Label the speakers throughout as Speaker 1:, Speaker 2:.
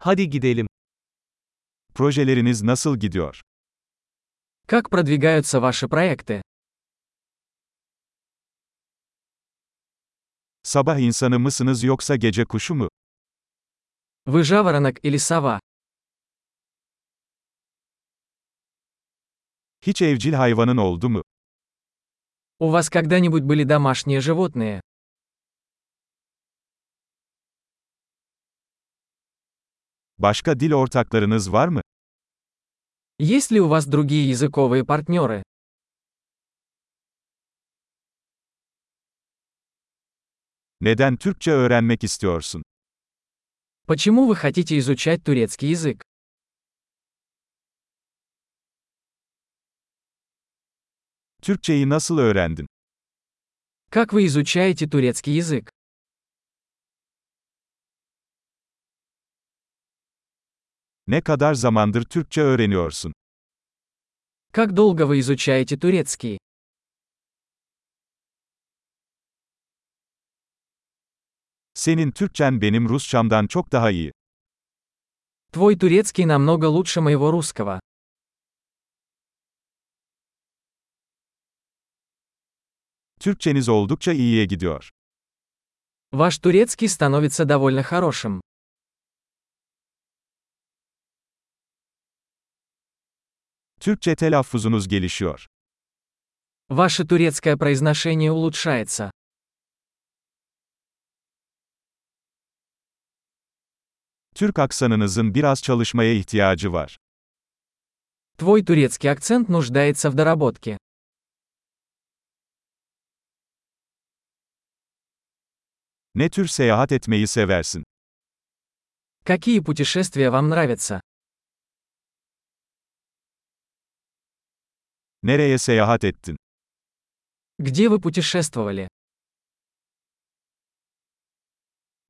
Speaker 1: Hadi gidelim.
Speaker 2: Projeleriniz nasıl gidiyor?
Speaker 3: Как продвигаются ваши проекты?
Speaker 2: Sabah insanı mısınız yoksa gece kuşu mu?
Speaker 3: Вы жаворонок или сова?
Speaker 2: Hiç evcil hayvanın oldu mu?
Speaker 3: У вас когда-нибудь были домашние животные?
Speaker 2: Başka dil ortaklarınız var mı?
Speaker 3: Есть ли у вас другие языковые партнеры?
Speaker 2: Neden Türkçe öğrenmek istiyorsun?
Speaker 3: Почему вы хотите изучать турецкий язык?
Speaker 2: Türkçeyi nasıl öğrendin?
Speaker 3: Как вы изучаете турецкий язык?
Speaker 2: Ne kadar zamandır Türkçe öğreniyorsun?
Speaker 3: Как долго вы изучаете турецкий?
Speaker 2: Senin Türkçen benim Rusçamdan çok daha iyi.
Speaker 3: Твой турецкий намного лучше моего русского.
Speaker 2: Türkçeniz oldukça iyiye gidiyor.
Speaker 3: Ваш турецкий становится довольно хорошим.
Speaker 2: Türkçe telaffuzunuz gelişiyor.
Speaker 3: Ваше турецкое произношение улучшается.
Speaker 2: Türk aksanınızın biraz çalışmaya ihtiyacı var.
Speaker 3: Твой турецкий акцент нуждается в доработке.
Speaker 2: Ne tür seyahat etmeyi seversin?
Speaker 3: Какие путешествия вам нравятся?
Speaker 2: Nereye seyahat ettin?
Speaker 3: Где вы путешествовали?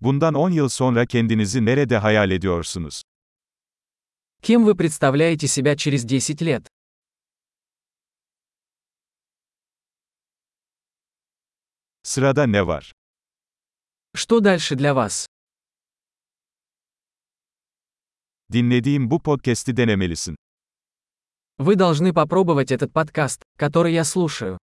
Speaker 2: Bundan 10 yıl sonra kendinizi nerede hayal ediyorsunuz?
Speaker 3: Кем вы представляете себя через 10 лет?
Speaker 2: Sırada ne var?
Speaker 3: Что дальше для вас?
Speaker 2: Dinlediğim bu podcast'i denemelisin.
Speaker 3: Вы должны попробовать этот подкаст, который я слушаю.